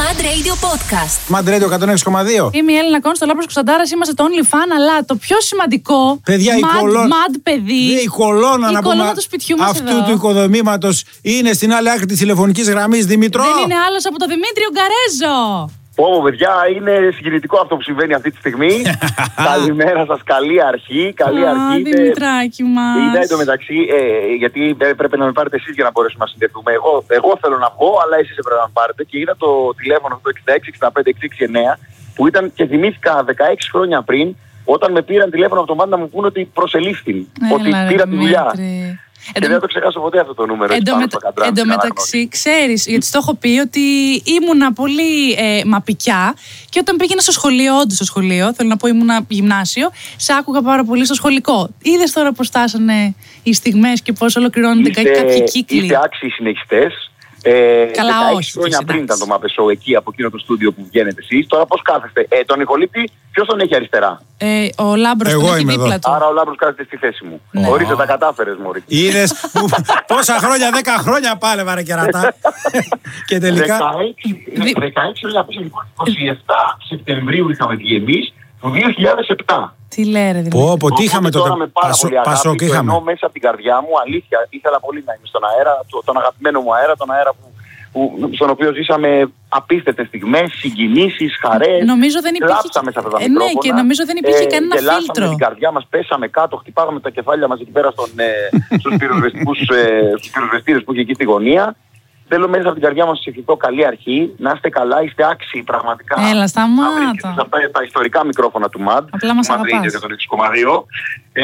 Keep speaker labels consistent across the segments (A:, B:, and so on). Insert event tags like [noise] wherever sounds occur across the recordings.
A: Mad Radio Podcast.
B: Mad Radio 106,2.
C: Είμαι η Έλληνα Κόνστο, Λάπρο Κουσταντάρα. Είμαστε το OnlyFan, αλλά το πιο σημαντικό.
B: Παιδιά, η
C: mad,
B: κολόνα.
C: mad, παιδί.
B: Ναι, Η κολόνα,
C: Η
B: να
C: κολόνα
B: πούμε,
C: του σπιτιού μας.
B: Αυτού του οικοδομήματος είναι στην άλλη άκρη της τηλεφωνικής γραμμής Δημητρό.
C: Δεν είναι άλλος από τον Δημήτριο Γκαρέζο.
D: Πω, πω, παιδιά, είναι συγκινητικό αυτό που συμβαίνει αυτή τη στιγμή. Καλημέρα σας, καλή αρχή. Καλή
C: Α,
D: αρχή. Είναι-
C: Δημητράκι μα.
D: Είδα εντωμεταξύ, ε, γιατί ε, πρέπει να με πάρετε εσείς για να μπορέσουμε να συνδεθούμε. Εγώ, εγώ θέλω να πω, αλλά εσείς πρέπει να με πάρετε. Και είδα το τηλέφωνο αυτό 66-65-669, που ήταν και θυμήθηκα 16 χρόνια πριν, όταν με πήραν τηλέφωνο από τον πάντα να μου πούνε ότι προσελήφθη.
C: Έλα,
D: ότι
C: ρε,
D: πήρα τη δουλειά.
C: Δημήτρη.
D: Και
C: Εντω-
D: δεν θα το ξεχάσω ποτέ αυτό το νούμερο. έτσι, πάνω
C: εντωμετα-
D: στο καντράμι, στην ανάγνωση.
C: Εντωμεταξύ, ξέρεις, γιατί το έχω πει ότι ήμουνα πολύ ε, μαπικιά και όταν πήγαινα στο σχολείο, όντως στο σχολείο, θέλω να πω ήμουνα γυμνάσιο, σε άκουγα πάρα πολύ στο σχολικό. Είδες τώρα πώς φτάσανε οι στιγμές και πώς ολοκληρώνονται κα- κάποιοι κύκλοι.
D: Είστε άξιοι συνεχιστές. Ε,
C: Καλά,
D: 16
C: όχι,
D: χρόνια
C: εντάξει.
D: πριν ήταν το Μαπεσό εκεί από εκείνο το στούντιο που βγαίνετε εσείς. Τώρα πώς κάθεστε. Ε, τον Νικολίτη, ποιος τον έχει αριστερά.
C: Ε, ο Λάμπρος
B: Εγώ
C: τον έχει
B: είμαι εδώ.
C: δίπλα του.
D: Άρα ο Λάμπρος κάθεται στη θέση μου.
C: Ναι.
D: Ορίστε, τα κατάφερες, Μωρή.
B: Είδες πόσα χρόνια, 10 χρόνια πάλευα ρε
D: [laughs]
B: κερατά. και τελικά.
D: 16
C: Δι-
D: 16 να πεις, λοιπόν 27 Σεπτεμβρίου είχαμε βγει εμείς του 2007.
C: Τι λέει, ρε, δηλαδή.
B: Πω, πω, τι είχαμε
D: Οπότε τώρα.
B: τότε.
D: Με πάρα
B: Πασο-
D: πολύ αγάπη,
B: Πασόκ
D: το
B: είχαμε.
D: εννοώ μέσα από την καρδιά μου, αλήθεια, ήθελα πολύ να είμαι στον αέρα, το- τον αγαπημένο μου αέρα, τον αέρα που, που- στον οποίο ζήσαμε απίστευτες στιγμές, συγκινήσεις, χαρές.
C: Νομίζω δεν υπήρχε-
D: Κλάψαμε σε αυτά τα
C: Ε, ναι,
D: μικρόφωνα, Ε,
C: και νομίζω δεν υπήρχε κανένα
D: γελάσαμε
C: φίλτρο.
D: με την καρδιά μας, πέσαμε κάτω, χτυπάγαμε τα κεφάλια μας εκεί πέρα στον,
C: [laughs]
D: ε, στους, πυροσβεστικούς, ε, στους πυροσβεστήρες που είχε εκεί στη γωνία. Θέλω μέσα από την καρδιά μας να σας ευχηθώ καλή αρχή, να είστε καλά, είστε άξιοι πραγματικά.
C: Έλα, σταμάτα.
D: Να βρίσκεστε σε αυτά τα ιστορικά μικρόφωνα του ΜΑΔ.
C: Απλά μας
D: Μαντ Radio
C: αγαπάς.
D: 106,2. Ε,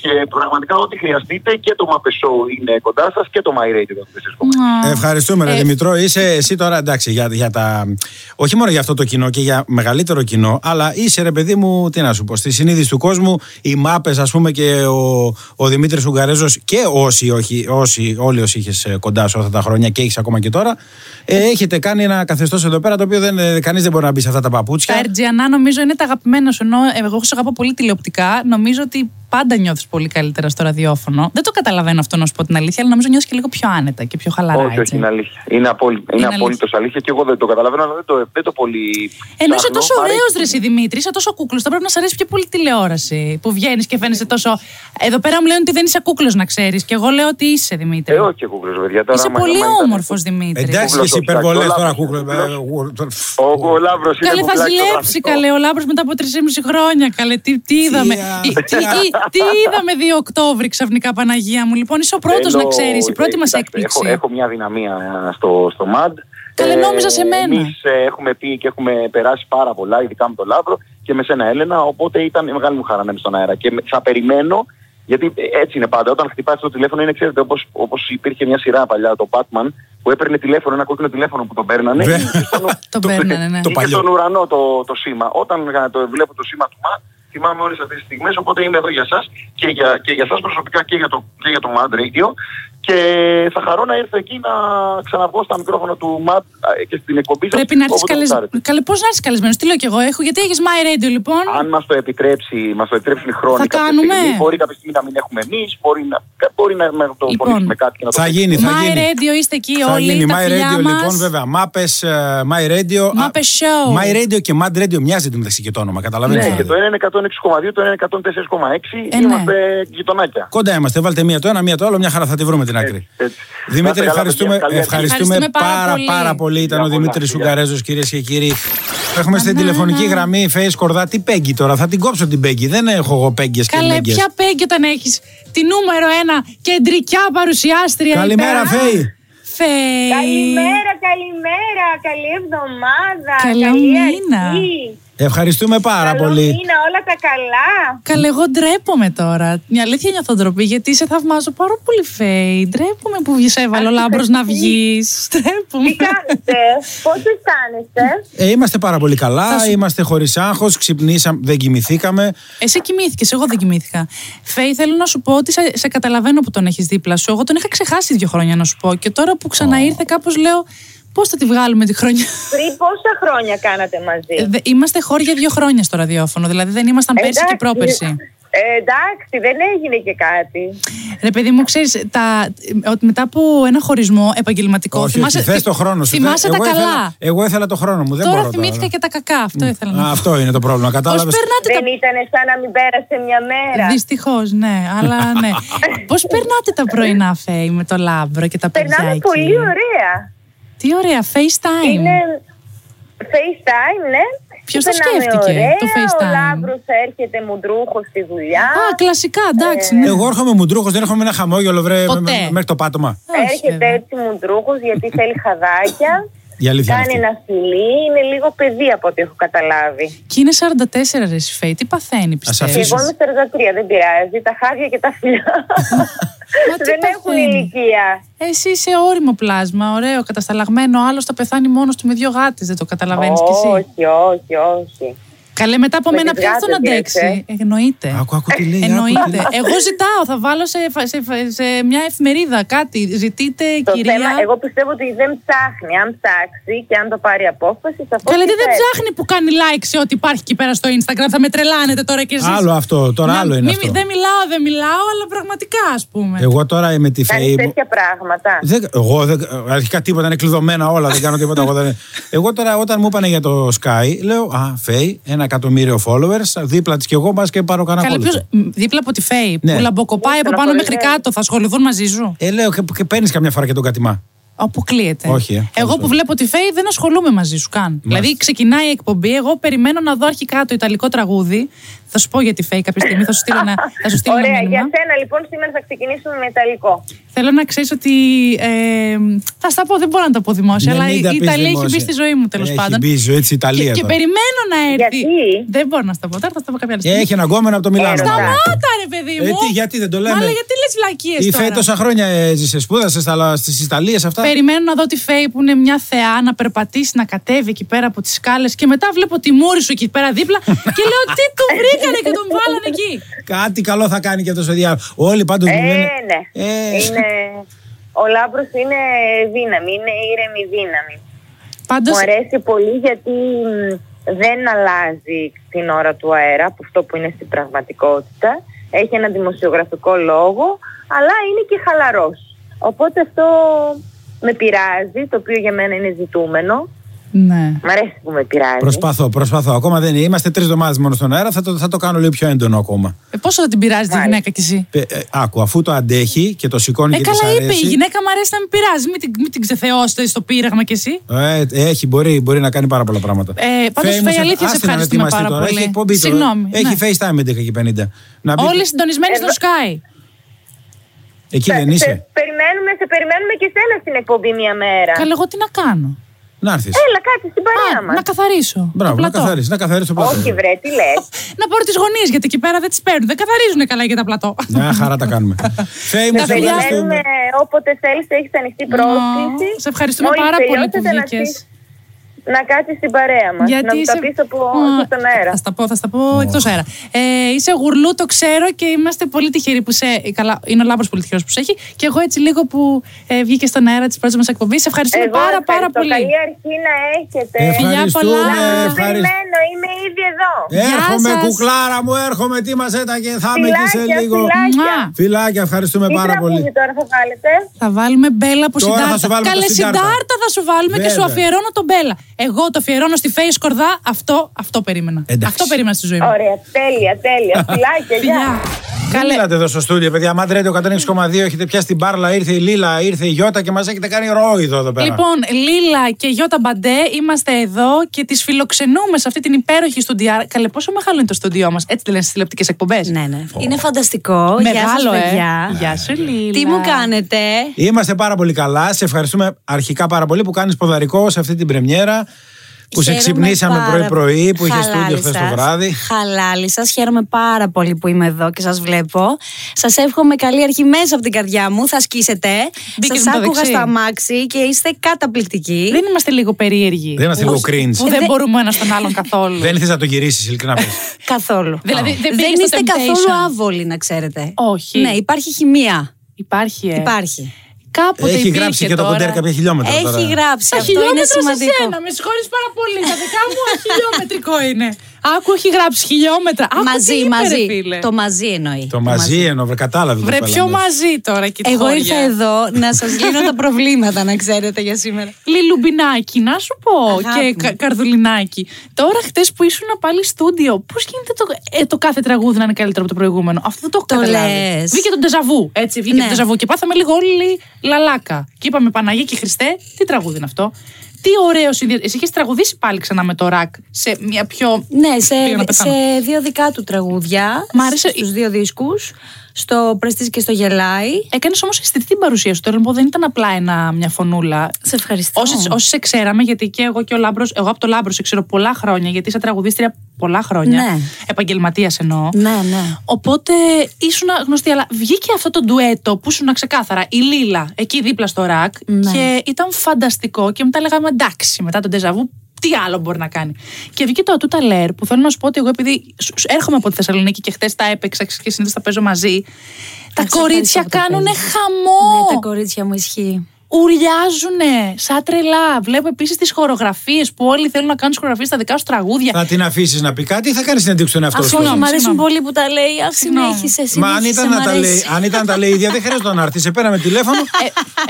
D: και πραγματικά ό,τι χρειαστείτε και το Μαπεσό είναι κοντά σας και το My Radio 104,2.
C: Μα.
B: Ευχαριστούμε, ρε
C: Ε,
B: Δημητρό. Είσαι εσύ τώρα εντάξει για, για τα. Όχι μόνο για αυτό το κοινό και για μεγαλύτερο κοινό, αλλά είσαι ρε παιδί μου, τι να σου πω, στη συνείδηση του κόσμου, οι μάπε, ας πούμε, και ο, ο Δημήτρης Ουγγαρέζος και όσοι, όχι, όσοι, όλοι όσοι είχες κοντά σου αυτά τα χρόνια και έχεις ακόμα και τώρα, ε, έχετε κάνει ένα καθεστώς εδώ πέρα το οποίο δεν, ε, κανείς δεν μπορεί να μπει σε αυτά τα παπούτσια.
C: Τα RGNA νομίζω είναι τα αγαπημένα σου. Ενώ εγώ σε αγαπώ πολύ τηλεοπτικά. Νομίζω ότι πάντα νιώθεις πολύ καλύτερα στο ραδιόφωνο. Δεν το καταλαβαίνω αυτό να σου πω την αλήθεια, αλλά νομίζω νιώθεις και λίγο πιο άνετα και πιο χαλαρά.
D: Όχι, όχι,
C: έτσι.
D: είναι αλήθεια. Είναι, απόλυ... είναι,
C: Είναι
D: απόλυτος αλήθεια και εγώ δεν το καταλαβαίνω, αλλά δεν το, δεν το πολύ.
C: Ενώ είσαι
D: ψάχνω.
C: τόσο
D: Μ' αρέσει.
C: ωραίο, Ρε εσύ, Δημήτρη, είσαι τόσο κούκλος. Θα πρέπει να σ' αρέσει πιο πολύ τηλεόραση που βγαίνεις και φαίνεσαι τόσο. Εδώ πέρα μου λένε ότι δεν είσαι κούκλος, να ξέρεις. Και εγώ λέω ότι είσαι, Δημήτρη.
D: Ε, όχι, εγώ κλείσω, παιδιά. Τώρα,
C: είσαι
D: άμα-
C: πολύ
D: άμα ήταν-
C: όμορφος, Δημήτρη.
B: Ε, Εντάξει,
D: Κούκλος,
B: και υπερβολέ
D: εντάξει,
B: τώρα,
D: ο
B: κούκλο.
D: Λάμπρος.
B: ε, ο- το-
D: Ο, ο Λάμπρος είναι
C: Καλέ, θα
D: κουκλάκι στο
C: ζηλέψει,
D: γραφικό.
C: καλέ. Ο Λάμπρο μετά από 3,5 χρόνια. Καλέ, τι, τι είδαμε.
B: α,
D: [laughs]
C: τι, τι, τι, τι είδαμε 2 Οκτώβρη ξαφνικά, Παναγία μου. Λοιπόν, είσαι ο πρώτος
D: Θέλω-
C: να ξέρεις. Η πρώτη
D: ε,
C: μας
D: κοιτάξτε,
C: έκπληξη.
D: Έχω, έχω μια δυναμία ε, στο, στο ΜΑΝΤ.
C: Καλέ, νόμιζα σε μένα.
D: Εμείς έχουμε πει και έχουμε περάσει πάρα πολλά, ειδικά με τον Λάβρο και με σένα, Έλενα. Οπότε ήταν μεγάλη μου χαρά να είμαι στον αέρα. Και με- θα περιμένω, γιατί ε, έτσι είναι πάντα. Όταν χτυπάς το τηλέφωνο, είναι, ξέρετε, όπως, όπως υπήρχε μια σειρά παλιά, το Batman, που έπαιρνε τηλέφωνο, ένα κόκκινο τηλέφωνο που τον παίρνανε.
B: Βε-
D: και στον ου-
C: Το παίρνανε, ναι.
B: το
D: Είχε
B: παλιό.
D: στον ουρανό το, το σήμα. Όταν ε, το βλέπω το σήμα του ΜΑΤ, θυμάμαι όλες αυτές τις στιγμές, οπότε είμαι εδώ για σας και για, και για σας προσωπικά και για το, και για το ΜΑΤ Radio και θα χαρώ να έρθω εκεί να ξαναβγώ στα μικρόφωνα του ΜΑΤ ε, και στην εκπομπή σας.
C: Πρέπει να έρθεις
D: όπου το
C: καλεσμένο.
D: γουστάρετε.
C: Καλέ, πώς να έρθεις καλεσμένος. Τι λέω κι εγώ, έχω. Γιατί έχεις My Radio, λοιπόν.
D: Αν μας το επιτρέψει, μας το επιτρέψουν οι χρόνοι
C: Θα
D: κάποια
C: κάνουμε.
D: στιγμή, μπορεί κάποια στιγμή να μην έχουμε εμείς, μπορεί να, μπορεί να, να το
C: Λοιπόν.
D: πονήσουμε κάτι και να το
B: Θα
D: πετύχουμε.
B: γίνει, θα
C: My
B: γίνει.
C: Radio είστε εκεί
B: Θα
C: όλοι.
B: γίνει
C: τα
B: My
C: φιλιά
B: Radio
C: μας.
B: λοιπόν, βέβαια. Μάπες, ε, My Radio.
C: Mapes
B: Α,
C: Show.
B: My Radio και Mad Radio μοιάζει το μεταξύ και το όνομα. Καταλαβαίνετε.
D: Ναι, και το ένα είναι 106,2, το ένα είναι 104,6.
C: Ε, ναι.
D: Είμαστε γειτονάκια.
B: Κοντά είμαστε. Βάλτε μία το ένα, μία το άλλο. Μια χαρά θα τη βρούμε την άκρη.
D: Έτσι, έτσι. Να είστε
B: Δημήτρη,
D: καλά,
B: ευχαριστούμε,
D: παιδιά. Καλή αρχή.
B: ευχαριστούμε
C: Ευχαριστούμε πάρα
B: πάρα,
C: πολύ.
B: πάρα πολύ. Ήταν
D: Για
B: ο
D: πολλά,
B: Δημήτρη
D: φιλιά.
B: Ουγγαρέζο, κυρίες και κύριοι. Έχουμε στην τηλεφωνική γραμμή Face Κορδάτη Πέγγι τώρα. Θα την κόψω την Πέγγι. Δεν έχω εγώ Πέγγε και
C: Καλέ,
B: Μέγγες.
C: ποια πέγγι όταν έχεις τη νούμερο ένα κεντρικιά παρουσιάστρια.
B: Καλημέρα, Φέη.
C: Φέη.
E: Καλημέρα, καλημέρα, καλή εβδομάδα.
C: Καλό μήνα.
E: αρχή.
B: Ευχαριστούμε πάρα
E: Καλό
B: πολύ.
E: μήνα, όλα τα καλά.
C: Καλέ, εγώ ντρέπομαι τώρα. Μια αλήθεια νιώθω ντροπή, γιατί σε θαυμάζω πάρα πολύ, Φέη. Ντρέπομαι που σε έβαλε ο λάμπρος να βγει. [laughs]
E: Τι ε?
C: Ντρέπομαι.
E: κάνετε, πώς αισθάνεστε.
B: Ε, είμαστε πάρα πολύ καλά.
C: Θα σου-
B: Είμαστε χωρίς άγχος. Ξυπνήσαμε, δεν κοιμηθήκαμε.
C: Εσύ κοιμήθηκες, εγώ δεν κοιμήθηκα. Φέη, θέλω να σου πω ότι σε, σε καταλαβαίνω που τον έχεις δίπλα σου. Εγώ τον είχα ξεχάσει δύο χρόνια να σου πω. Και τώρα που ξαναήρθε, κάπως λέω πώς θα τη βγάλουμε τη χρονιά.
E: Πριν πόσα χρόνια κάνατε μαζί.
C: Ε, δε- Είμαστε χώρια δύο χρόνια στο ραδιόφωνο. Δηλαδή δεν ήμασταν πέρσι και
E: Εντάξει.
C: πρόπερσι.
E: Ε, εντάξει, δεν έγινε και κάτι.
C: Ρε παιδί μου, ξέρεις ότι μετά από ένα χωρισμό επαγγελματικό.
B: Όχι, όχι, θες το χρόνο σου.
C: Θυμάσαι
B: Θε-
C: τα
B: εγώ
C: καλά.
B: Ήθελα, εγώ ήθελα το χρόνο μου. Δεν
C: Τώρα
B: μπορώ
C: θυμήθηκα και τα κακά. Αυτό ήθελα να
B: Α,
C: πω.
B: Αυτό είναι το πρόβλημα.
C: Πώς
B: Κατάλαβες.
C: περνάτε τα
E: Δεν ήταν σαν να μην πέρασε μια μέρα.
C: Δυστυχώς, ναι. Αλλά
E: [laughs]
C: ναι. Πώς περνάτε τα πρωινά, Φέη, με το λάμπρο και τα παιδιά.
E: Περνάμε
C: εκεί?
E: πολύ ωραία.
C: Τι ωραία, FaceTime.
E: Είναι FaceTime, ναι.
C: Ε. Ποιος το
E: Περνάμε
C: σκέφτηκε
E: ωραία,
C: το FaceTime?
E: Ο Λάμπρος έρχεται μουντρούχος στη δουλειά.
C: Α, κλασικά,
E: ε.
C: εντάξει. ναι.
B: Εγώ έρχομαι μουντρούχος, δεν έρχομαι με ένα χαμόγελο βρε,
C: Ποτέ.
B: με- με- μέχρι το πάτωμα.
C: Όχι,
E: έρχεται
C: βέβαια.
E: έτσι μουντρούχος γιατί θέλει
C: [laughs]
E: χαδάκια.
B: Η αλήθεια
E: κάνει
B: είναι. αυτή.
E: ένα φιλί. Είναι λίγο παιδί από ό,τι έχω καταλάβει.
C: Και είναι 44 ρε εσύ, Φέη, τι παθαίνει,
E: Και
B: αφήσω.
C: πιστεύω.
E: εγώ είμαι 43, δεν πειράζει. Τα χάδια και τα φιλιά.
C: [laughs] Μα τι
E: δεν έχουν
C: παθαίνει.
E: ηλικία.
C: Εσύ είσαι όριμο πλάσμα, ωραίο, κατασταλαγμένο. Άλλο θα πεθάνει μόνος του με δύο γάτες, δεν το καταλαβαίνεις κι εσύ.
E: Όχι, όχι, όχι.
C: Καλέ, μετά από
E: Με
C: μένα
E: τις
C: ποιο θα τον
E: γάτες,
C: αντέξει.
E: έτσι.
C: Εννοείται.
B: Άκου, άκου τι λέει. άκου τι
C: Εννοείται. Ε,
B: [laughs] λέει.
C: Εγώ ζητάω, θα βάλω σε, σε, σε μια εφημερίδα κάτι. Ζητείτε,
E: Το
C: κυρία.
E: θέμα, εγώ πιστεύω ότι δεν ψάχνει. Αν ψάξει και αν το πάρει απόφαση, σαφώς.
C: Καλά, τι δεν ψάχνει που κάνει like σε ό,τι υπάρχει εκεί πέρα στο Instagram. Θα με τρελάνετε τώρα κι εσείς.
B: Άλλο αυτό, τώρα
C: Να-
B: άλλο είναι
C: μη-
B: αυτό.
C: Δεν μιλάω, δεν μιλάω, αλλά πραγματικά ας πούμε.
B: Εγώ τώρα με τη
E: Κάνει
B: Φέη. μου-
E: τέτοια πράγματα.
B: Δεν, εγώ δεν, αρχικά τίποτα είναι κλειδωμένα όλα, δεν κάνω τίποτα. εγώ, δεν, εγώ τώρα όταν μου είπανε για το Sky, λέω Α, Φέη, ένα εκατομμύριο followers, δίπλα της κι εγώ, μπας και πάρω κανένα
C: Καλά,
B: follower.
C: ποιος- μ, δίπλα από τη Φέη
B: Ναι.
C: που λαμποκοπάει από
E: Ήθελα
C: πάνω
E: πολύ,
C: μέχρι
E: ναι.
C: κάτω, θα ασχοληθούν μαζί σου.
B: Ε, λέω και, και παίρνεις καμιά φορά και τον κατημά.
C: Αποκλείεται.
B: Όχι, ε,
C: εγώ
B: ευχαριστώ.
C: που βλέπω τη Φέη δεν ασχολούμαι μαζί σου καν. Δηλαδή ξεκινάει η εκπομπή, εγώ περιμένω να δω αρχικά το ιταλικό τραγούδι. Θα σου πω για τη Φέη κάποια στιγμή, θα σου στείλω ένα, θα σου στείλω ένα
E: Ωραία,
C: μήνυμα.
E: για σένα λοιπόν σήμερα θα ξεκινήσουμε με Ιταλικό.
C: Θέλω να ξέρεις ότι. Ε, θα στα πω, δεν μπορώ να τα πω δημόσια,
B: Ναι,
C: αλλά η
B: μην τα
C: η
B: πεις
C: Ιταλία έχει
B: δημόσια.
C: μπει στη ζωή μου τέλος
B: Έχει
C: πάντων.
B: μπει η ζωή της Ιταλίας
C: Και, και
B: τώρα.
C: περιμένω να έρθει.
E: Γιατί?
C: Δεν μπορώ να στα πω τώρα, θα στα πω κάποια άλλη στιγμή.
B: Έχει ένα γκόμενο από το Μιλάνο.
E: Έρωτα.
C: Σταμάτα, ρε παιδί μου.
B: Ε, τι, γιατί δεν το λέμε.
C: Μάλλον γιατί λες βλακίες.
B: Η Φέη τόσα χρόνια έζησε, σπούδασε στις Ιταλίες αυτά.
C: Περιμένω να δω τη Φέη που είναι μια θεά να περπατήσει, να κατέβει εκεί πέρα από τις σκάλες και μετά βλέπω τη μούρη σου εκεί πέρα
B: [laughs]
C: δίπλα και λέω τι του βρήκανε και τον βάλανε εκεί.
B: Κάτι καλό θα κάνει και αυτός ο διάλογο. Όλοι πάντως
E: Ε,
B: μου λένε.
E: ναι.
B: Ε,
E: Είναι... Ο Λάμπρος είναι δύναμη, είναι ήρεμη δύναμη.
C: Πάντως.
E: Μου αρέσει πολύ γιατί μ, δεν αλλάζει την ώρα του αέρα από αυτό που είναι στην πραγματικότητα. Έχει ένα δημοσιογραφικό λόγο, αλλά είναι και χαλαρός. Οπότε αυτό με πειράζει, το οποίο για μένα είναι ζητούμενο.
C: Ναι.
E: Μ' αρέσει που με πειράζει.
B: Προσπαθώ, προσπαθώ. Ακόμα δεν είναι. Είμαστε τρεις εβδομάδες μόνο στον αέρα. Θα το, θα το κάνω λίγο πιο έντονο ακόμα.
C: Ε, πόσο θα την πειράζει τη
E: Μάλιστα.
C: γυναίκα κι εσύ.
B: Ε, ε, άκου, αφού το αντέχει και το σηκώνει
C: Ε,
B: και της
C: καλά είπε.
B: αρέσει,
C: Η γυναίκα μου αρέσει να μην πειράζει. Μην την, μην την ξεθεώσετε στο πείραγμα κι εσύ.
B: Ε, έχει, μπορεί, μπορεί να κάνει πάρα πολλά πράγματα.
C: Ε, πάντως,
B: Φέη μου,
C: Φέη, αλήθεια, σε
B: άσε να
C: ευχαριστούμε
B: ετοιμαστεί
C: πάρα
B: τώρα.
C: πολύ.
B: Έχει εκπομπή τώρα.
C: Συγγνώμη,
B: Έχει
C: ναι.
B: FaceTime 11 και 50. Να μπει-
C: Όλοι συντονισμένοι στο
E: Εδώ-
C: Sky.
B: Εκεί δεν
E: σε,
B: είσαι.
E: περιμένουμε, σε περιμένουμε και σένα στην εκπομπή μια μέρα.
C: Καλά, εγώ τι να κάνω.
B: Να έρθεις.
E: Έλα κάτι στην παρέα
C: Α,
E: μας.
C: να καθαρίσω.
B: Μπράβο,
C: το
B: να
C: πλατό.
B: καθαρίσει. Να καθαρίσει το πλατό.
E: Όχι βρε, τι λες.
C: Να πάρω τις γωνίες γιατί εκεί πέρα δεν τις παίρνουν. Δεν καθαρίζουν καλά για τα πλατό.
B: Μια Ναι, χαρά τα
E: [laughs]
B: κάνουμε. Φέη μου,
E: Να
B: σε
C: παιδιά.
E: περιμένουμε
B: ευχαριστούμε.
E: όποτε θέλεις, έχεις ανοιχτή πρόσκληση.
C: σε ευχαριστούμε
E: Μόλις
C: πάρα πολύ που
E: τελειώσετε να
C: βγήκες.
E: έρθεις- Να κάτσεις στην παρέα μας, να μου τα πεις από στον αέρα.
C: Θα στα πω, θα στα πω εκτός αέρα. Ε, είσαι γουρλού, το ξέρω και είμαστε πολύ τυχεροί που σε. ε, Καλά, είναι ο Λάμπρο πολύ τυχερός που σε έχει. Και εγώ έτσι λίγο που ε, βγήκε στον αέρα της πρώτης μας εκπομπής. Σε ευχαριστούμε
E: Εγώ
C: πάρα, πάρα
E: ευχαριστώ.
C: πολύ.
E: Καλή αρχή να έχετε.
C: πολλά.
B: Ευχαριστούμε.
E: Να
B: ευχαριστούμε.
E: περιμένω, είμαι ήδη εδώ.
B: Ε, Έρχομαι,
C: σας.
B: κουκλάρα μου, έρχομαι. Τι μας έταγε, θα είμαι εκεί σε
E: Φιλάκια,
B: λίγο.
E: φιλάκια.
C: Μουά.
B: Φιλάκια, ευχαριστούμε
E: Τι
B: πάρα
E: τραγούδι
B: πολύ.
E: τώρα θα βάλετε.
C: Θα βάλουμε μπέλα από
B: Τώρα θα
C: συντάρτα.
B: σου βάλουμε το
C: Καλέ
B: Συντάρτα.
C: συντάρτα. θα σου βάλουμε και σου
B: Βέβαια.
C: αφιερώνω τον μπέλα. Εγώ το αφιερώνω στη Face Κορδά. Αυτό, αυτό περίμενα.
B: Εντάξει.
C: Αυτό περίμενα στη ζωή μου.
E: Ωραία, τέλεια,
C: [laughs]
E: τέλεια. Φιλάκια, γεια.
C: Ε. Φιλιά.
B: Καλέ.
C: Καλέ.
B: Μίλατε εδώ στο στούντιο, παιδιά. Μάντρε το 106,2 έχετε πιάσει την μπάρλα, ήρθε η Λίλα, ήρθε η Γιώτα και μας έχετε κάνει ρόιδο εδώ πέρα.
C: Λοιπόν, Λίλα και Γιώτα Μπαντέ, είμαστε εδώ και τις φιλοξενούμε σε αυτή την υπέροχη στοντιάρα. Καλέ, πόσο μεγάλο είναι το στοντιό μας, έτσι λένε στις τηλεοπτικές εκπομπές.
A: Ναι, ναι. Είναι φανταστικό. Γεια σας,
C: Μεγάλο, ε.
A: παιδιά.
C: Γεια σου, Λίλα.
A: Τι μου κάνετε.
B: Είμαστε πάρα πολύ καλά. Σε ευχαριστούμε αρχικά πάρα πολύ που κάνεις ποδαρικό σε αυτή την πρεμιέρα. Που σε
A: Χαίρομαι
B: ξυπνήσαμε
A: πάρα-
B: πρωί-πρωί, που είχε
A: Χαλάλη
B: στούντιο χθες το
A: σας.
B: βράδυ.
A: Χαλάλη σα. Χαίρομαι πάρα πολύ που είμαι εδώ και σας βλέπω. Σας εύχομαι καλή αρχή μέσα από την καρδιά μου. Θα σκίσετε.
C: Μπήκες
A: Σας
C: με το
A: άκουγα
C: δεξί.
A: στο αμάξι και είστε καταπληκτικοί.
C: Δεν είμαστε λίγο περίεργοι.
B: Δεν είμαστε λίγο
A: Όχι.
B: cringe.
C: Που δεν
A: Δεν-
C: μπορούμε ένας τον άλλον
A: Mm.
C: καθόλου.
B: Δεν ήθελε να το γυρίσεις,
A: [laughs]
B: ειλικρινά πες.
A: Καθόλου.
C: Δηλαδή, δεν
A: δεν
C: πήγες στο
A: είστε
C: Temptation.
A: καθόλου άβολοι, να ξέρετε.
C: Όχι.
A: Ναι, υπάρχει χημεία.
C: Υπάρχει, ε.
A: Υπάρχει.
C: Κάποτε
B: Έχει
C: υπήρχε
B: γράψει και το
C: τώρα.
B: κοντέρ κάποια χιλιόμετρα.
A: Έχει
B: τώρα.
A: γράψει.
C: Τα
A: Αυτό είναι
C: χιλιόμετρα σε
A: σημαντικό.
C: σένα, με συγχωρείς πάρα πολύ. Τα δικά μου αχιλιόμετρικό είναι. Άκου, έχει γράψει χιλιόμετρα. Άκου, τι
A: μαζί,
C: είπε,
A: μαζί.
C: ρε φίλε.
A: Το μαζί εννοεί.
B: Το μαζί εννοώ, βρε, κατάλαβε.
C: Βρε,
B: κοπέλα
C: πιο
B: μου.
C: μαζί τώρα, κοιτάξτε.
A: Εγώ ήρθα εδώ να σας λύνω τα προβλήματα, να ξέρετε για σήμερα.
C: Λιλουμπινάκι, να σου πω.
A: Αγάπη
C: Και κα- καρδουλινάκι. Τώρα, χτες που ήσουν πάλι στούντιο, πώς γίνεται το, ε, το κάθε τραγούδι να είναι καλύτερο από το προηγούμενο. Αυτό δεν το έχω
A: Το
C: καταλάβει.
A: λες.
C: Βγήκε το ντεζαβού. Έτσι, βγήκε
A: Ναι.
C: το ντεζαβού και πάθαμε λίγο όλοι λαλάκα. Και είπαμε Παναγία και Χριστέ, τι τραγούδι είναι αυτό. Τι ωραίο ιδιαίτερο. Εσύ είχε τραγουδήσει πάλι ξανά με το ρακ σε μια πιο.
A: Ναι, σε,
C: Πήγα να πεθάνω.
A: σε δύο δικά του τραγούδια.
C: Μ' άρεσε-
A: Στους δύο δίσκους. Στο Πρεστή και στο Γελάι.
C: Έκανες όμως αισθητή την παρουσία σου. Τώρα λοιπόν δεν ήταν απλά ένα, μια φωνούλα.
A: Σε ευχαριστώ.
C: Όσοι, όσοι σε ξέραμε, γιατί και εγώ και ο Λάμπρος, εγώ από το Λάμπρος σε ξέρω πολλά χρόνια, γιατί είσαι τραγουδίστρια πολλά χρόνια.
A: Ναι.
C: Επαγγελματίας εννοώ.
A: Ναι, ναι.
C: Οπότε ήσουν γνωστή, αλλά βγήκε αυτό το ντουέτο που ήσουν ξεκάθαρα η Λίλα εκεί δίπλα στο ρακ
A: Ναι.
C: και ήταν φανταστικό. Και μετά λέγαμε εντάξει, μετά τον Τεζαβού, τι άλλο μπορεί να κάνει. Και βγήκε το Ατούτα Λέρ που θέλω να σου πω ότι εγώ επειδή σου- σου- έρχομαι από τη Θεσσαλονίκη και χτε τα έπαιξα και συνήθως τα παίζω μαζί. Τα
A: σε ευχαριστώ
C: κορίτσια
A: που τα
C: κάνουν
A: παίζεις.
C: χαμό!
A: Ναι, τα κορίτσια μου ισχύει.
C: Ουρλιάζουνε σαν τρελά. Βλέπω επίσης τις χορογραφίες που όλοι θέλουν να κάνουν χορογραφίες στα δικά σου τραγούδια.
B: Θα την αφήσεις να πει κάτι ή θα κάνεις την αντίκτυο τον εαυτό
A: Αχ,
B: σου.
A: όχι, μου αρέσουν
C: συγγνώμη.
A: πολύ που τα λέει. Αχ,
C: Συγγνώμη.
A: συνέχισε, συνέχισε.
B: Μα αν ήταν,
A: μ'
B: να τα λέει,
A: αρέσει. Ε,
B: αν ήταν να τα λέει η ίδια, δεν χρειάζεται να έρθει. Σε πέρα με τηλέφωνο.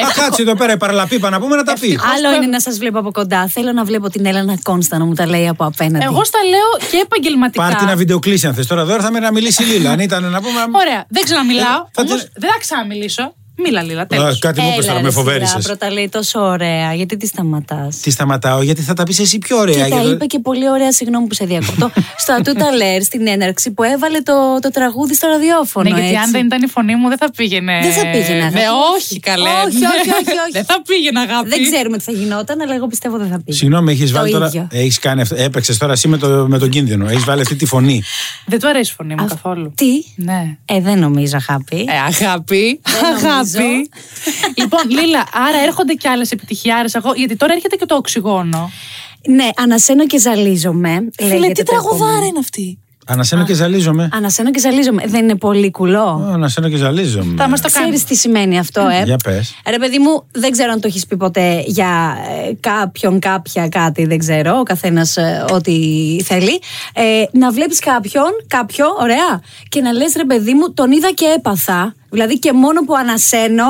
B: Θα κάτσει εδώ πέρα η παραλαπίπα να πούμε να τα πει.
A: Άλλο είναι να σας βλέπω από κοντά. Θέλω να βλέπω την Έλενα Κόνστα να μου τα λέει από απέναντι.
C: Εγώ στα λέω και επαγγελματικά.
B: Πάρτε ένα βιντεοκλήση αν θες. Τώρα εδώ ήρθαμε να μιλήσει η Λίλα. Αν ήταν να πούμε.
C: Ωραία, δεν ξαναμιλάω.
B: Ε, θα Ε,
C: όμως
B: τη-
C: δεν θα ξαναμιλήσω. Μίλα, Λίλα, τέλο.
B: Α, Κάτι μου είπες
A: Έλα,
B: τώρα,
A: ρε,
B: με
A: σιγά,
B: φοβέρισες.
A: Πρώτα λέει τόσο ωραία. Γιατί τη σταματάς.
B: Τι σταματάω, γιατί θα τα πεις εσύ πιο ωραία.
A: Και τα
B: γιατί-
A: είπε και πολύ ωραία, συγγνώμη που σε
C: [laughs]
A: διακοπτώ, στο Ατούτα Λέρ στην έναρξη που έβαλε το, το τραγούδι στο ραδιόφωνο.
C: Ναι, γιατί
A: έτσι.
C: αν δεν ήταν η φωνή μου δεν θα πήγαινε.
A: Δεν θα πήγαινε, αγάπη.
C: Ναι, όχι καλέ.
A: Όχι, όχι, όχι, όχι.
C: [laughs] δεν θα πήγαινε, αγάπη.
A: Δεν ξέρουμε τι θα γινόταν, αλλά εγώ πιστεύω δεν θα πήγε.
B: Συγγνώμη, έχεις
A: Το
B: βάλει τώρα.
A: ίδιο.
B: Έχεις κάνει αυτό. Έπαιξες τώρα εσύ με, το, με τον κίνδυνο. Έχεις βάλει αυτή τη φωνή.
C: Δεν του αρέσει η φωνή μου
A: Αυ-
C: καθόλου.
A: Τι.
C: Ναι.
A: Ε, δεν νομίζω, αγάπη.
C: Ε, αγάπη.
A: Δεν νομίζω.
C: αγάπη. λοιπόν, Λίλα, άρα έρχονται και άλλες επιτυχιάρες. Γιατί τώρα έρχεται και το οξυγόνο.
A: Ναι, ανασένω και ζαλίζομαι.
C: Ε. Φίλε, τι
A: λέγεται το
C: τραγουδάρα
A: επόμενο.
C: είναι αυτή.
B: Ανασένω και ζαλίζομαι.
A: Ανασένω και ζαλίζομαι. Δεν είναι πολύ κουλό.
B: Ω, Ανασένω και ζαλίζομαι.
C: Θα μας το κάνουμε.
A: Ξέρεις τι σημαίνει αυτό, ε.
B: Για πες.
A: Ρε παιδί μου, δεν ξέρω αν το έχεις πει ποτέ για ε, κάποιον, κάποια, κάτι, δεν ξέρω. Ο καθένας ό,τι θέλει. Ε, να βλέπεις κάποιον, κάποιο, ωραία, και να λες ρε παιδί μου, τον είδα και έπαθα. Δηλαδή και μόνο που ανασένω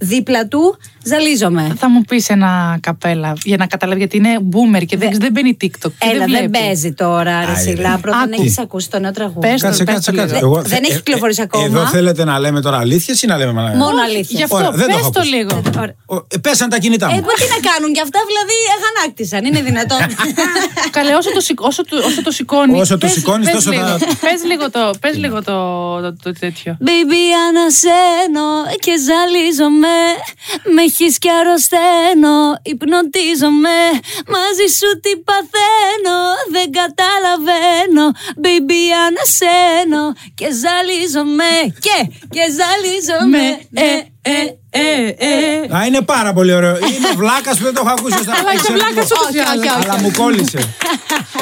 A: δίπλα του, ζαλίζομαι.
C: Θα μου πεις ένα καπέλα για να καταλάβει γιατί είναι boomer και δεν, δεν μπαίνει TikTok. και
A: Έλα, δεν
C: βλέπει.
A: παίζει τώρα, ρε
B: Άι, ρε.
A: Σιλά. Πρώτα δεν
C: Άκου.
A: έχεις ακούσει το νέο τραγούδι.
C: Πες.
B: Κάτσε, κάτσε,
C: το, πες το,
B: κάτσε.
C: Λίλα.
B: Εγώ-
A: Δεν
B: ε,
A: έχεις
B: ε,
A: κυκλοφορήσει ακόμα.
B: Εδώ θέλετε να λέμε τώρα αλήθειες ή να λέμε.
A: Μόνο
C: Γι'
A: αλήθεια.
C: αυτό
B: Ωραία, δεν το
C: πες
B: έχω
C: το
B: ακούσει.
C: λίγο.
B: Ε, Πέσαν τα κινητά
A: Ε,
B: μου.
A: μα τι να κάνουν κι αυτά, δηλαδή αγανάκτησαν. Είναι δυνατόν.
C: [laughs] [laughs] Καλέ, όσο το, σηκ- όσο το, όσο το σηκώνει.
B: Όσο το σηκώνεις, τόσο Ναι.
C: λίγο,
B: τα-
C: πες λίγο το, πες λίγο το, το, το τέτοιο.
A: Baby, ανασένω και ζαλίζομαι. Με έχεις και αρρωσταίνω. Υπνοτίζομαι. Μαζί σου τι παθαίνω. Δεν καταλαβαίνω. Baby, ανασένω και ζαλίζομαι. Και, και ζαλίζομαι.
B: ναι.
C: Με, ε, ε, ε, ε.
B: Α, είναι πάρα πολύ ωραίο. Είμαι βλάκας που δεν το έχω ακούσει. στα-
C: [laughs] Αλλά είσαι
B: ξέρω
C: βλάκα
B: εγώ.
C: ούτως ή άλλως.
B: Αλλά μου κόλλησε.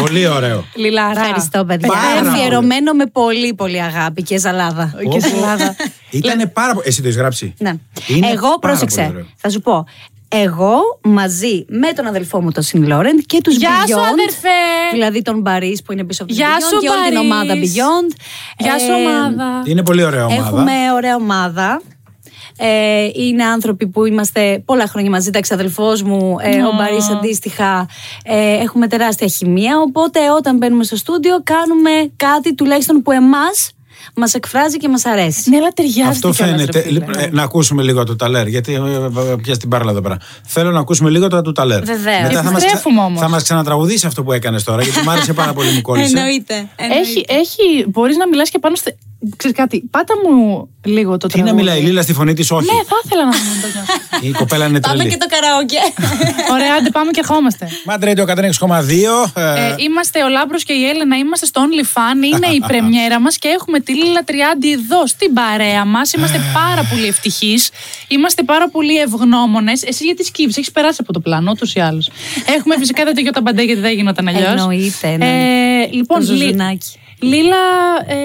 B: Πολύ ωραίο.
C: Λιλάρα.
A: Ευχαριστώ, παιδιά.
B: Πάρα πολύ.
A: Αφιερωμένο με πολύ, πολύ αγάπη και ζαλάδα.
C: Και στην Ελλάδα.
B: Ήταν πάρα πολύ. Εσύ το έχεις γράψει.
A: Ναι.
B: Είναι
A: Εγώ
B: πάρα
A: πρόσεξε.
B: πολύ ωραίο.
A: Θα σου πω. Εγώ μαζί με τον αδελφό μου τον Σιν Λόρεντ και τους
C: Γεια
A: Beyond.
C: σου, αδερφέ!
A: Δηλαδή τον Μπαρίς που είναι πίσω από τον
C: Γεια
A: Beyond
C: σου,
A: και όλη την
C: Μπαρίς.
A: ομάδα Beyond.
C: Γεια σου,
A: Ε,
C: ομάδα.
B: Είναι πολύ ωραία ομάδα.
A: Έχουμε ωραία ομάδα. Ε, είναι άνθρωποι που είμαστε πολλά χρόνια μαζί. Τα ξαδελφό μου, ε, ο Μπαρίς αντίστοιχα. Ε, έχουμε τεράστια χημεία. Οπότε όταν μπαίνουμε στο στούντιο, κάνουμε κάτι τουλάχιστον που εμάς μας εκφράζει και μας αρέσει.
C: Ναι, αλλά
A: Ε,
C: ταιριάζει.
B: Αυτό φαίνεται. Λοιπόν, ε, να ακούσουμε λίγο το ταλέρ. Γιατί ε, ε, ε, πιάσει την πάρλα εδώ πέρα. Θέλω να ακούσουμε λίγο τώρα του ταλέρ.
A: Βεβαίως.
B: Μετά θα μας
C: Επιστρέφουμε όμως.
B: θα μας ξανατραγουδήσει αυτό που έκανες τώρα. Γιατί μου άρεσε πάρα πολύ, ε. μου κόλλησε.
A: Εννοείται. εννοείται.
C: Έχει, έχει, μπορείς να μιλάς και πάνω στη... Ξέρεις κάτι, πάτα μου λίγο το
B: Τι
C: τραγούδι.
B: να μιλάει η Λίλα στη φωνή της, όχι.
C: Ναι, θα ήθελα να μου το νιώσω.
B: Η κοπέλα είναι
A: Ναι. Πάμε και
B: τρελή.
A: το καραόκε.
C: Ωραία, άντε πάμε και ερχόμαστε.
B: Μαντρέτιο 106,2. ε,
C: Ε, είμαστε ο Λάμπρος και η Έλενα, είμαστε στο OnlyFan, είναι η πρεμιέρα μας και έχουμε τη Λίλα Τριάντη εδώ στην παρέα μας. Είμαστε πάρα πολύ ευτυχείς, είμαστε πάρα πολύ ευγνώμονες. Εσύ γιατί σκύβεις, έχεις περάσει από το πλάνο, ούτως ή άλλως. Έχουμε φυσικά δεν το τα Μπαντέ γιατί δεν γινόταν αλλιώς.
A: Εννοείται, ναι.
C: Ε, λοιπόν,
A: Το
C: Λι-
A: Ζουζουνάκι.
C: Λίλα. Ε,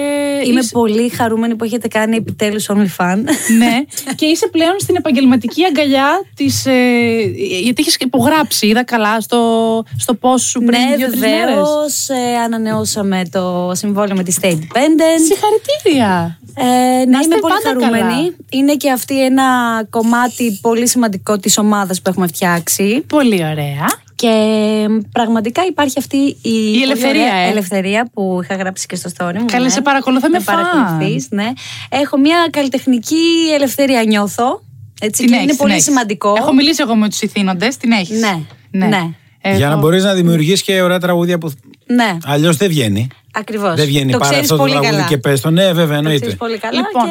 A: [laughs] Είμαι
C: είσαι-
A: πολύ χαρούμενη που έχετε κάνει επιτέλους OnlyFan.
C: [laughs] ναι, και είσαι πλέον στην επαγγελματική αγκαλιά της. Ε, γιατί έχει υπογράψει, είδα καλά, στο, στο πώ σου πριν
A: ναι,
C: δύο-τρεις
A: βεβαίως.
C: μέρες.
A: ανανεώσαμε το συμβόλαιο με τη State Dependent.
C: Συγχαρητήρια.
A: Ε, να
C: είστε
A: είμαι πολύ
C: πάντα
A: χαρούμενη.
C: καλά.
A: Είναι και αυτή ένα κομμάτι πολύ σημαντικό της ομάδας που έχουμε φτιάξει.
C: Πολύ ωραία.
A: Και πραγματικά υπάρχει αυτή η, πολύ
C: ελευθερία,
A: ωραία
C: ε.
A: ελευθερία που είχα γράψει και στο story μου.
C: Καλέ,
A: ναι.
C: σε παρακολουθώ, είμαι
A: Με
C: φαν.
A: παρακολουθείς, ναι. Έχω μια καλλιτεχνική ελευθερία, νιώθω. Έτσι, και
C: έχεις,
A: είναι πολύ
C: έχεις.
A: σημαντικό.
C: Έχω μιλήσει εγώ με τους ηθήνοντες, την Ε, έχεις.
A: Ναι, ναι.
B: Για να μπορείς να δημιουργήσει και ωραία τραγούδια που.
A: Ναι,
B: Αλλιώς δεν βγαίνει.
A: ακριβώς.
B: Δεν βγαίνει.
A: Το
B: Πάρε
A: ξέρεις
B: αυτό το
A: πολύ
B: τραγούδι
A: καλά.
B: και πες το. Ναι, βέβαια,
A: Το ξέρεις
B: εννοείται.
A: πολύ καλά
C: Λοιπόν.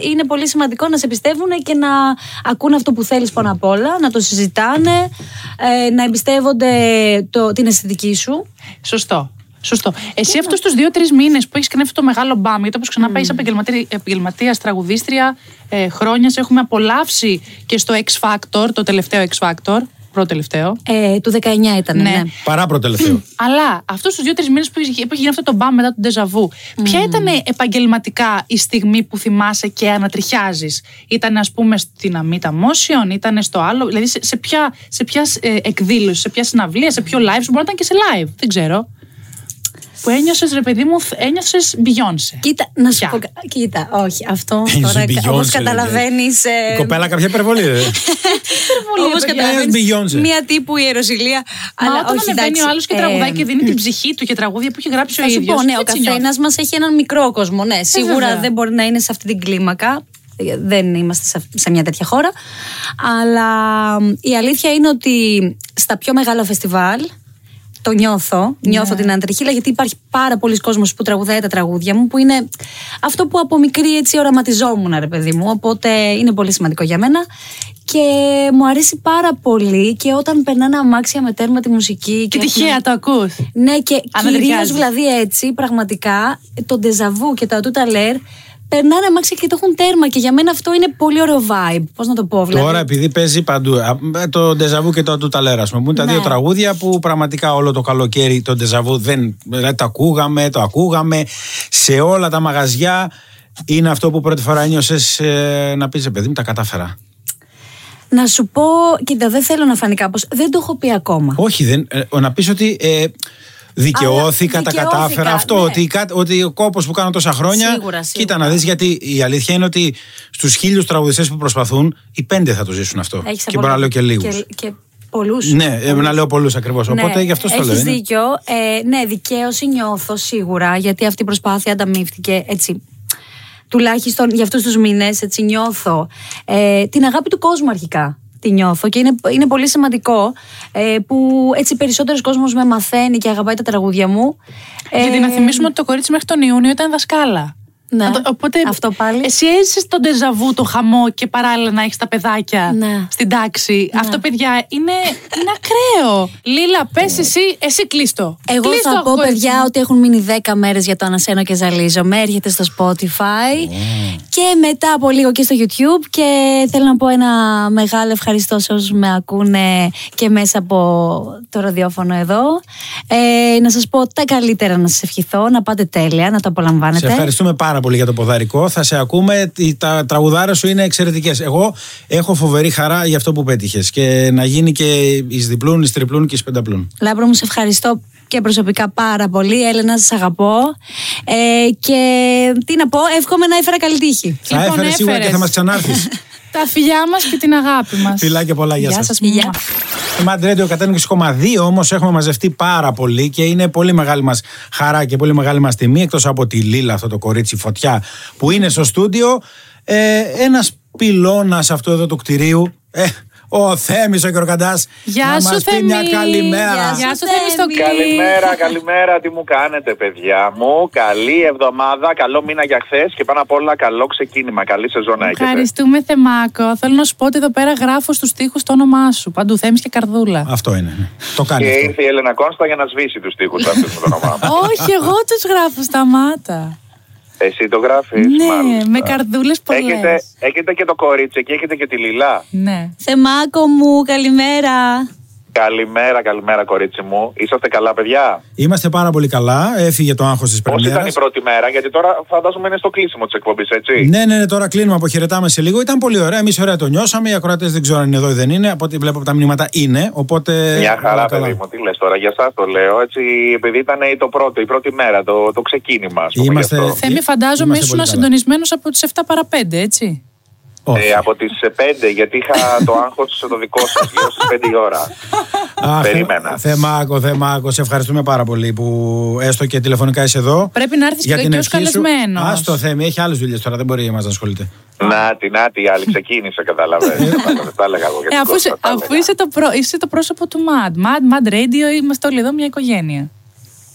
A: και είναι πολύ σημαντικό να σε πιστεύουν και να ακούν αυτό που θέλεις πάνω απ' όλα, να το συζητάνε, ε, να εμπιστεύονται το, την αισθητική σου.
C: Σωστό. Σωστό. Εσύ αυτούς τους δύο-τρει μήνες που έχεις κάνει αυτό το μεγάλο μπαμ, γιατί όπω ξανά
A: Mm.
C: πάει είσαι επαγγελματίας, τραγουδίστρια ε, χρόνια, σε έχουμε απολαύσει και στο X Factor, το τελευταίο X Factor, πρώτο τελευταίο.
A: Ε, του 19 ήταν, ναι.
C: Ναι.
B: Παρά προτελευταίο.
C: Αλλά αυτούς τους δύο-τρει μήνες που, είχε- που έχει γίνει αυτό το μπαμ μετά τον Ντεζαβού, ποια ήταν επαγγελματικά η στιγμή που θυμάσαι και ανατριχιάζεις. Ήταν, ας πούμε, στην Αμήτα Motion, ήταν στο άλλο. Δηλαδή, σε, σε ποια, σε ποια ε, εκδήλωση, σε ποια συναυλία, σε ποιο live σου, μπορεί να ήταν και σε live. Δεν ξέρω. Που ένιωσες, ρε παιδί μου, ένιωσες Beyoncé.
A: Κοίτα, να σου
C: Ποια?
A: πω. κα- Κοίτα, όχι, αυτό
B: Ένιωσε
A: τώρα. ε,
B: Beyoncé,
A: Όπω
B: λέει.
A: καταλαβαίνεις.
B: ε, Η κοπέλα κάποια υπερβολή. ε. δεν είναι.
A: Όπω
B: παιδιά. Ένιωσε Beyoncé.
A: Μία τύπου ιεροσιλία.
C: Αλλά
A: αλλά
C: όταν
A: όχι,
C: ανεβαίνει
A: εντάξει,
C: ο άλλος και
A: ε,
C: τραγουδάει και δίνει την ψυχή του και τραγούδια που έχει γράψει ο
A: Θα σου
C: ίδιος.
A: πω, ναι, ο καθένα μας έχει έναν μικρό κόσμο. Ναι, σίγουρα
C: Ε, βέβαια.
A: δεν μπορεί να είναι σε αυτή την κλίμακα. Ε, Δεν είμαστε σε, σε μια τέτοια χώρα. Αλλά μ, η αλήθεια είναι ότι στα πιο μεγάλα φεστιβάλ το νιώθω. Νιώθω
C: Ναι.
A: την αντριχίλα γιατί υπάρχει πάρα πολλοί κόσμος που τραγουδάει τα τραγούδια μου που είναι αυτό που από μικρή έτσι οραματιζόμουν, ρε παιδί μου. Οπότε είναι πολύ σημαντικό για μένα. Και μου αρέσει πάρα πολύ και όταν περνάνε αμάξια με τέρμα τη μουσική.
C: Και
A: έχουμε-
C: τυχαία το ακούς.
A: ναι, και
C: Ανατριχιάζει.
A: κυρίω δηλαδή έτσι, πραγματικά, το ντεζαβού και το ατούταλερ περνάνε αμάξια και το έχουν τέρμα. Και για μένα αυτό είναι πολύ ωραίο vibe. Πώς να το πω, δηλαδή.
B: Τώρα επειδή παίζει παντού. α, ε, Το Ντεζαβού και το Αντούταλέρα, ας πούμε. που είναι τα
A: Ναι.
B: δύο τραγούδια που πραγματικά όλο το καλοκαίρι το Ντεζαβού δεν. Δηλαδή τα ακούγαμε, το ακούγαμε. Σε όλα τα μαγαζιά είναι αυτό που πρώτη φορά ένιωσες να πεις παιδί μου, τα κατάφερα.
A: Να σου πω, κοίτα, δεν θέλω να φανεί κάπως. Δεν το έχω πει ακόμα.
B: Όχι, δεν, ε, ο- να πεις ότι. Ε, Δικαιώθηκα,
A: Αλλά
B: τα
A: δικαιώθηκα,
B: κατάφερα. Αυτό
A: ναι.
B: ότι, κά- ότι ο κόπος που κάνω τόσα χρόνια.
A: Σίγουρα, σίγουρα.
B: Κοίτα να δεις, γιατί η αλήθεια είναι ότι στους χίλιους τραγουδιστές που προσπαθούν, οι πέντε θα το ζήσουν αυτό.
A: Έχεις
B: και μπορεί να λέω και λίγους.
A: Και, και πολλούς.
B: Ναι, ε, να λέω πολλούς ακριβώς. Οπότε γι' αυτό το λέω.
A: Ναι. Έχεις
B: είναι.
A: δίκιο. Ε, ναι, δικαίωση νιώθω σίγουρα, γιατί αυτή η προσπάθεια ανταμείφθηκε έτσι. Τουλάχιστον για αυτούς τους μήνες, έτσι νιώθω. Ε, την αγάπη του κόσμου αρχικά τη νιώθω και είναι, είναι πολύ σημαντικό ε, που έτσι περισσότερος κόσμος με μαθαίνει και αγαπάει τα τραγούδια μου. Ε,
C: Γιατί να θυμίσουμε ότι το κορίτσι μέχρι τον Ιούνιο ήταν δασκάλα.
A: Ναι.
C: Να το- Οπότε
A: Αυτό πάλι.
C: Εσύ έζησες τον τεζαβού, το χαμό και παράλληλα να έχεις τα παιδάκια
A: Ναι.
C: στην τάξη. Αυτό, παιδιά, είναι, είναι ακραίο. Λίλα, πες εσύ, εσύ κλείστο.
A: Ναι. Εγώ
C: Κλείστο,
A: θα πω,
C: κορίτσι
A: παιδιά,
C: μου.
A: ότι έχουν μείνει 10 μέρες για το Ανασένω και Ζαλίζομαι. Έρχεται στο Spotify και μετά από λίγο και στο YouTube. Και θέλω να πω ένα μεγάλο ευχαριστώ σε όσους με ακούνε και μέσα από το ραδιόφωνο εδώ. Ε, να σας πω τα καλύτερα να σας ευχηθώ, να πάτε τέλεια, να το
B: Σε
A: απολαμβάνετε.
B: ευχαριστούμε πάρα πολύ για το ποδαρικό. Θα σε ακούμε. Τι- Τα τραγουδάρα σου είναι εξαιρετικές. Εγώ έχω φοβερή χαρά για αυτό που πέτυχες. Και να γίνει και εις διπλούν, εις τριπλούν και εις πενταπλούν.
A: Λάμπρο μου, σε ευχαριστώ και προσωπικά πάρα πολύ. Έλενα, σας αγαπώ. Ε, και τι να πω, εύχομαι να έφερα καλή τύχη.
B: θα έφερες σίγουρα και θα
C: έφερες.
B: μας
A: [laughs]
B: ξανάρθεις.
C: Τα φιλιά μας και την αγάπη μας.
B: Φιλάκια πολλά, γεια σας.
C: σας.
A: Γεια.
B: Mad Radio 120,2 όμως έχουμε μαζευτεί πάρα πολύ και είναι πολύ μεγάλη μας χαρά και πολύ μεγάλη μας τιμή. Εκτός από τη Λίλα, αυτό το κορίτσι φωτιά που είναι στο στούντιο. Ε, Ένας πυλώνας αυτού εδώ του κτηρίου. Ε, ο Θέμης ο Κερκαντάς
C: Γεια
B: να
C: σου,
B: μας πει μια
C: Θέμη.
B: καλημέρα.
A: Γεια
C: Γεια σου,
A: σου,
C: Θέμη στο
A: Θέμη.
C: κλικ.
D: Καλημέρα, καλημέρα. Τι μου κάνετε, παιδιά μου. Καλή εβδομάδα, καλό μήνα για χθες και πάνω απ' όλα καλό ξεκίνημα. Καλή σεζόν να έχετε.
C: Ευχαριστούμε, Θεμάκο. Θέλω να σου πω ότι εδώ πέρα γράφω στους τοίχου το όνομά σου. Παντού Θέμης και καρδούλα.
B: Αυτό είναι. ναι. Το
D: Και
B: κάνει αυτό.
D: ήρθε η Έλενα Κόνστα για να σβήσει τους τοίχου αυτούς με το όνομά
C: [laughs]
D: μου.
C: Όχι, εγώ τους γράφω στα μάτα.
D: Εσύ το γράφεις.
C: ναι, με καρδούλες πολλές.
D: Έχετε, έχετε και το κορίτσι και έχετε και τη Λιλά.
C: Ναι.
A: Θεμάκο μου, καλημέρα.
F: Καλημέρα, καλημέρα, κορίτσι μου. Είσαστε καλά, παιδιά.
B: Είμαστε πάρα πολύ καλά. Έφυγε το άγχος της
F: Πώς ήταν η
B: Πρεμιέρα.
F: πρώτη μέρα, γιατί τώρα φαντάζομαι είναι στο κλείσιμο της εκπομπής, έτσι.
B: Ναι, ναι, ναι, τώρα κλείνουμε, αποχαιρετάμε σε λίγο. Ήταν πολύ ωραία. Εμείς ωραία το νιώσαμε. Οι ακροατές δεν ξέρω αν είναι εδώ ή δεν είναι. Από ό,τι βλέπω από τα μηνύματα είναι. Οπότε.
F: Μια χαρά,
B: όλα Ναι, καλά.
F: παιδί μου, τι λες τώρα, για εσά το λέω. Έτσι, επειδή ήταν ε, το πρώτο, η πρώτη μέρα, το, το ξεκίνημα, ας πούμε,
B: Είμαστε-
F: γι' αυτό.
C: Θέμη,
B: Ε,
C: φαντάζομαι
B: είμαστε
C: ήσουν
B: πολύ καλά.
C: συντονισμένο από τις 7 παρα 5, έτσι.
B: Όχι.
F: Ε, από τις 5, γιατί είχα το άγχος το δικό σας, γύρω στι 5 η
B: [laughs]
F: ώρα.
B: Α, θε-
F: περίμενα.
B: Θεμάκο, Θεμάκο, σε ευχαριστούμε πάρα πολύ που έστω και τηλεφωνικά είσαι εδώ.
C: Πρέπει να έρθεις
B: Για
C: και-
B: την
C: και ως
B: ευχή σου.
C: καλεσμένος.
B: Ας το Θέμη, έχει άλλες δουλειές τώρα, δεν μπορεί εμάς να ασχολείται.
F: να τη, να τη, η άλλη ξεκίνησε,
B: Ε,
F: καταλαβαίνετε. Δεν τα έλεγα εγώ. για
C: Ε,
F: την
C: αφού είσαι,
F: Κώστα, τα
C: αφού
F: έλεγα.
C: είσαι το, πρό- είσαι το πρόσωπο του MAD, MAD, MAD Radio, είμαστε όλοι εδώ μια οικογένεια.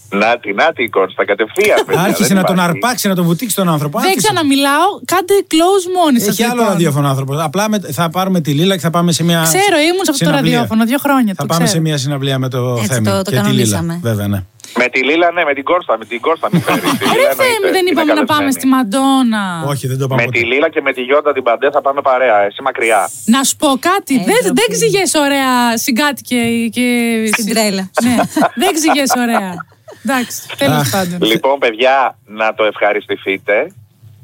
F: Να τη, να τη, η Κώστα, κατευθείαν. παιδιά,
B: Άρχισε
F: δεν
B: να τον
F: υπάρχει.
B: αρπάξει, να τον βουτήξει τον άνθρωπο.
C: Δεν
B: Άρχισε.
C: ξαναμιλάω, κάντε close μόνοι λοιπόν. σας.
B: Έχει άλλο ραδιόφωνο άνθρωπο. Απλά με- θα πάρουμε τη Λίλα και θα πάμε σε μια.
C: Ξέρω, ήμουν σε αυτό το
B: συναυλία.
C: ραδιόφωνο δύο χρόνια.
B: Θα
C: το
B: πάμε
C: ξέρω.
B: σε μια συναυλία με το
A: Έτσι,
B: Θέμη.
A: το-
B: και τη
A: το
B: Λίλα.
A: κανονίσαμε.
B: Βέβαια, ναι.
F: Με τη Λίλα, ναι, με την Κώστα, με την Κώστα
B: [laughs]
F: μη φέρεις. Τη Λίλα
C: Ρε Θέμη,
F: εννοείται,
C: δεν
F: είναι
C: είπαμε να πάμε
F: καλεσμένη.
C: στη Μαντόνα.
B: Όχι, δεν το πάμε
F: Με τη
B: ποτέ.
F: Λίλα και με τη Γιώτα την Παντέ θα πάμε παρέα, εσύ μακριά.
C: Να σου πω κάτι.
A: Ε,
C: δεν,
A: ντροπή.
C: δεν ξηγές ωραία συγκάτοικε και.
A: Στην
C: συ-
A: τρέλα.
C: Ναι, δεν ξηγές ωραία. Εντάξει, τέλος πάντων.
F: Λοιπόν, παιδιά, να το ευχαριστηθείτε.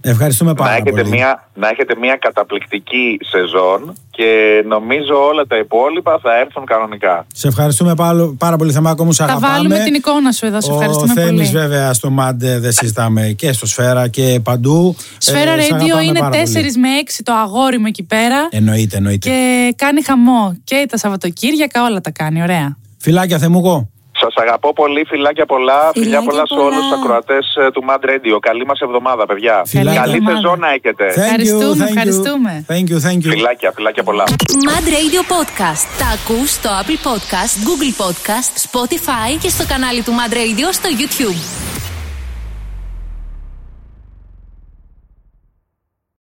B: Ευχαριστούμε
F: Να
B: πάρα
F: έχετε,
B: πολύ.
F: μια, να έχετε μια καταπληκτική σεζόν και νομίζω όλα τα υπόλοιπα θα έρθουν κανονικά.
B: Σε ευχαριστούμε πάρα, πάρα πολύ, Θεμάκο μου. Σε
C: Θα
B: αγαπάμε.
C: βάλουμε την εικόνα σου εδώ. Σε
B: Ο
C: ευχαριστούμε
B: Θέμης
C: πολύ.
B: βέβαια στο Μάντε δεν συζητάμε και στο Σφαίρα και παντού.
C: Σφαίρα
B: Ε, σε αγαπάμε
C: Radio είναι
B: πάρα πολύ. Ε, ναι.
C: 4 με 6 το αγόρι μου εκεί πέρα.
B: Εννοείται, εννοείται.
C: Και κάνει χαμό. Και τα Σαββατοκύριακα όλα τα κάνει. Ωραία.
B: Φιλάκια, Θεμούκο.
F: Σας αγαπώ πολύ, φιλάκια πολλά,
A: Φιλάκια
F: φιλιά πολλά σε
A: πολλά.
F: όλους τους ακροατές ε, του Mad Radio. Καλή μας εβδομάδα, παιδιά.
B: Φιλάκια.
F: Καλή
C: Εβδομάδα.
F: σεζόν να έχετε.
B: Thank you,
C: Ευχαριστούμε,
B: thank you.
C: ευχαριστούμε.
B: Thank you, thank you.
F: Φιλάκια, φιλάκια πολλά.
G: Mad Radio Podcast. Τα ακούς στο Apple Podcast, Google Podcast, Spotify και στο κανάλι του Mad Radio στο YouTube.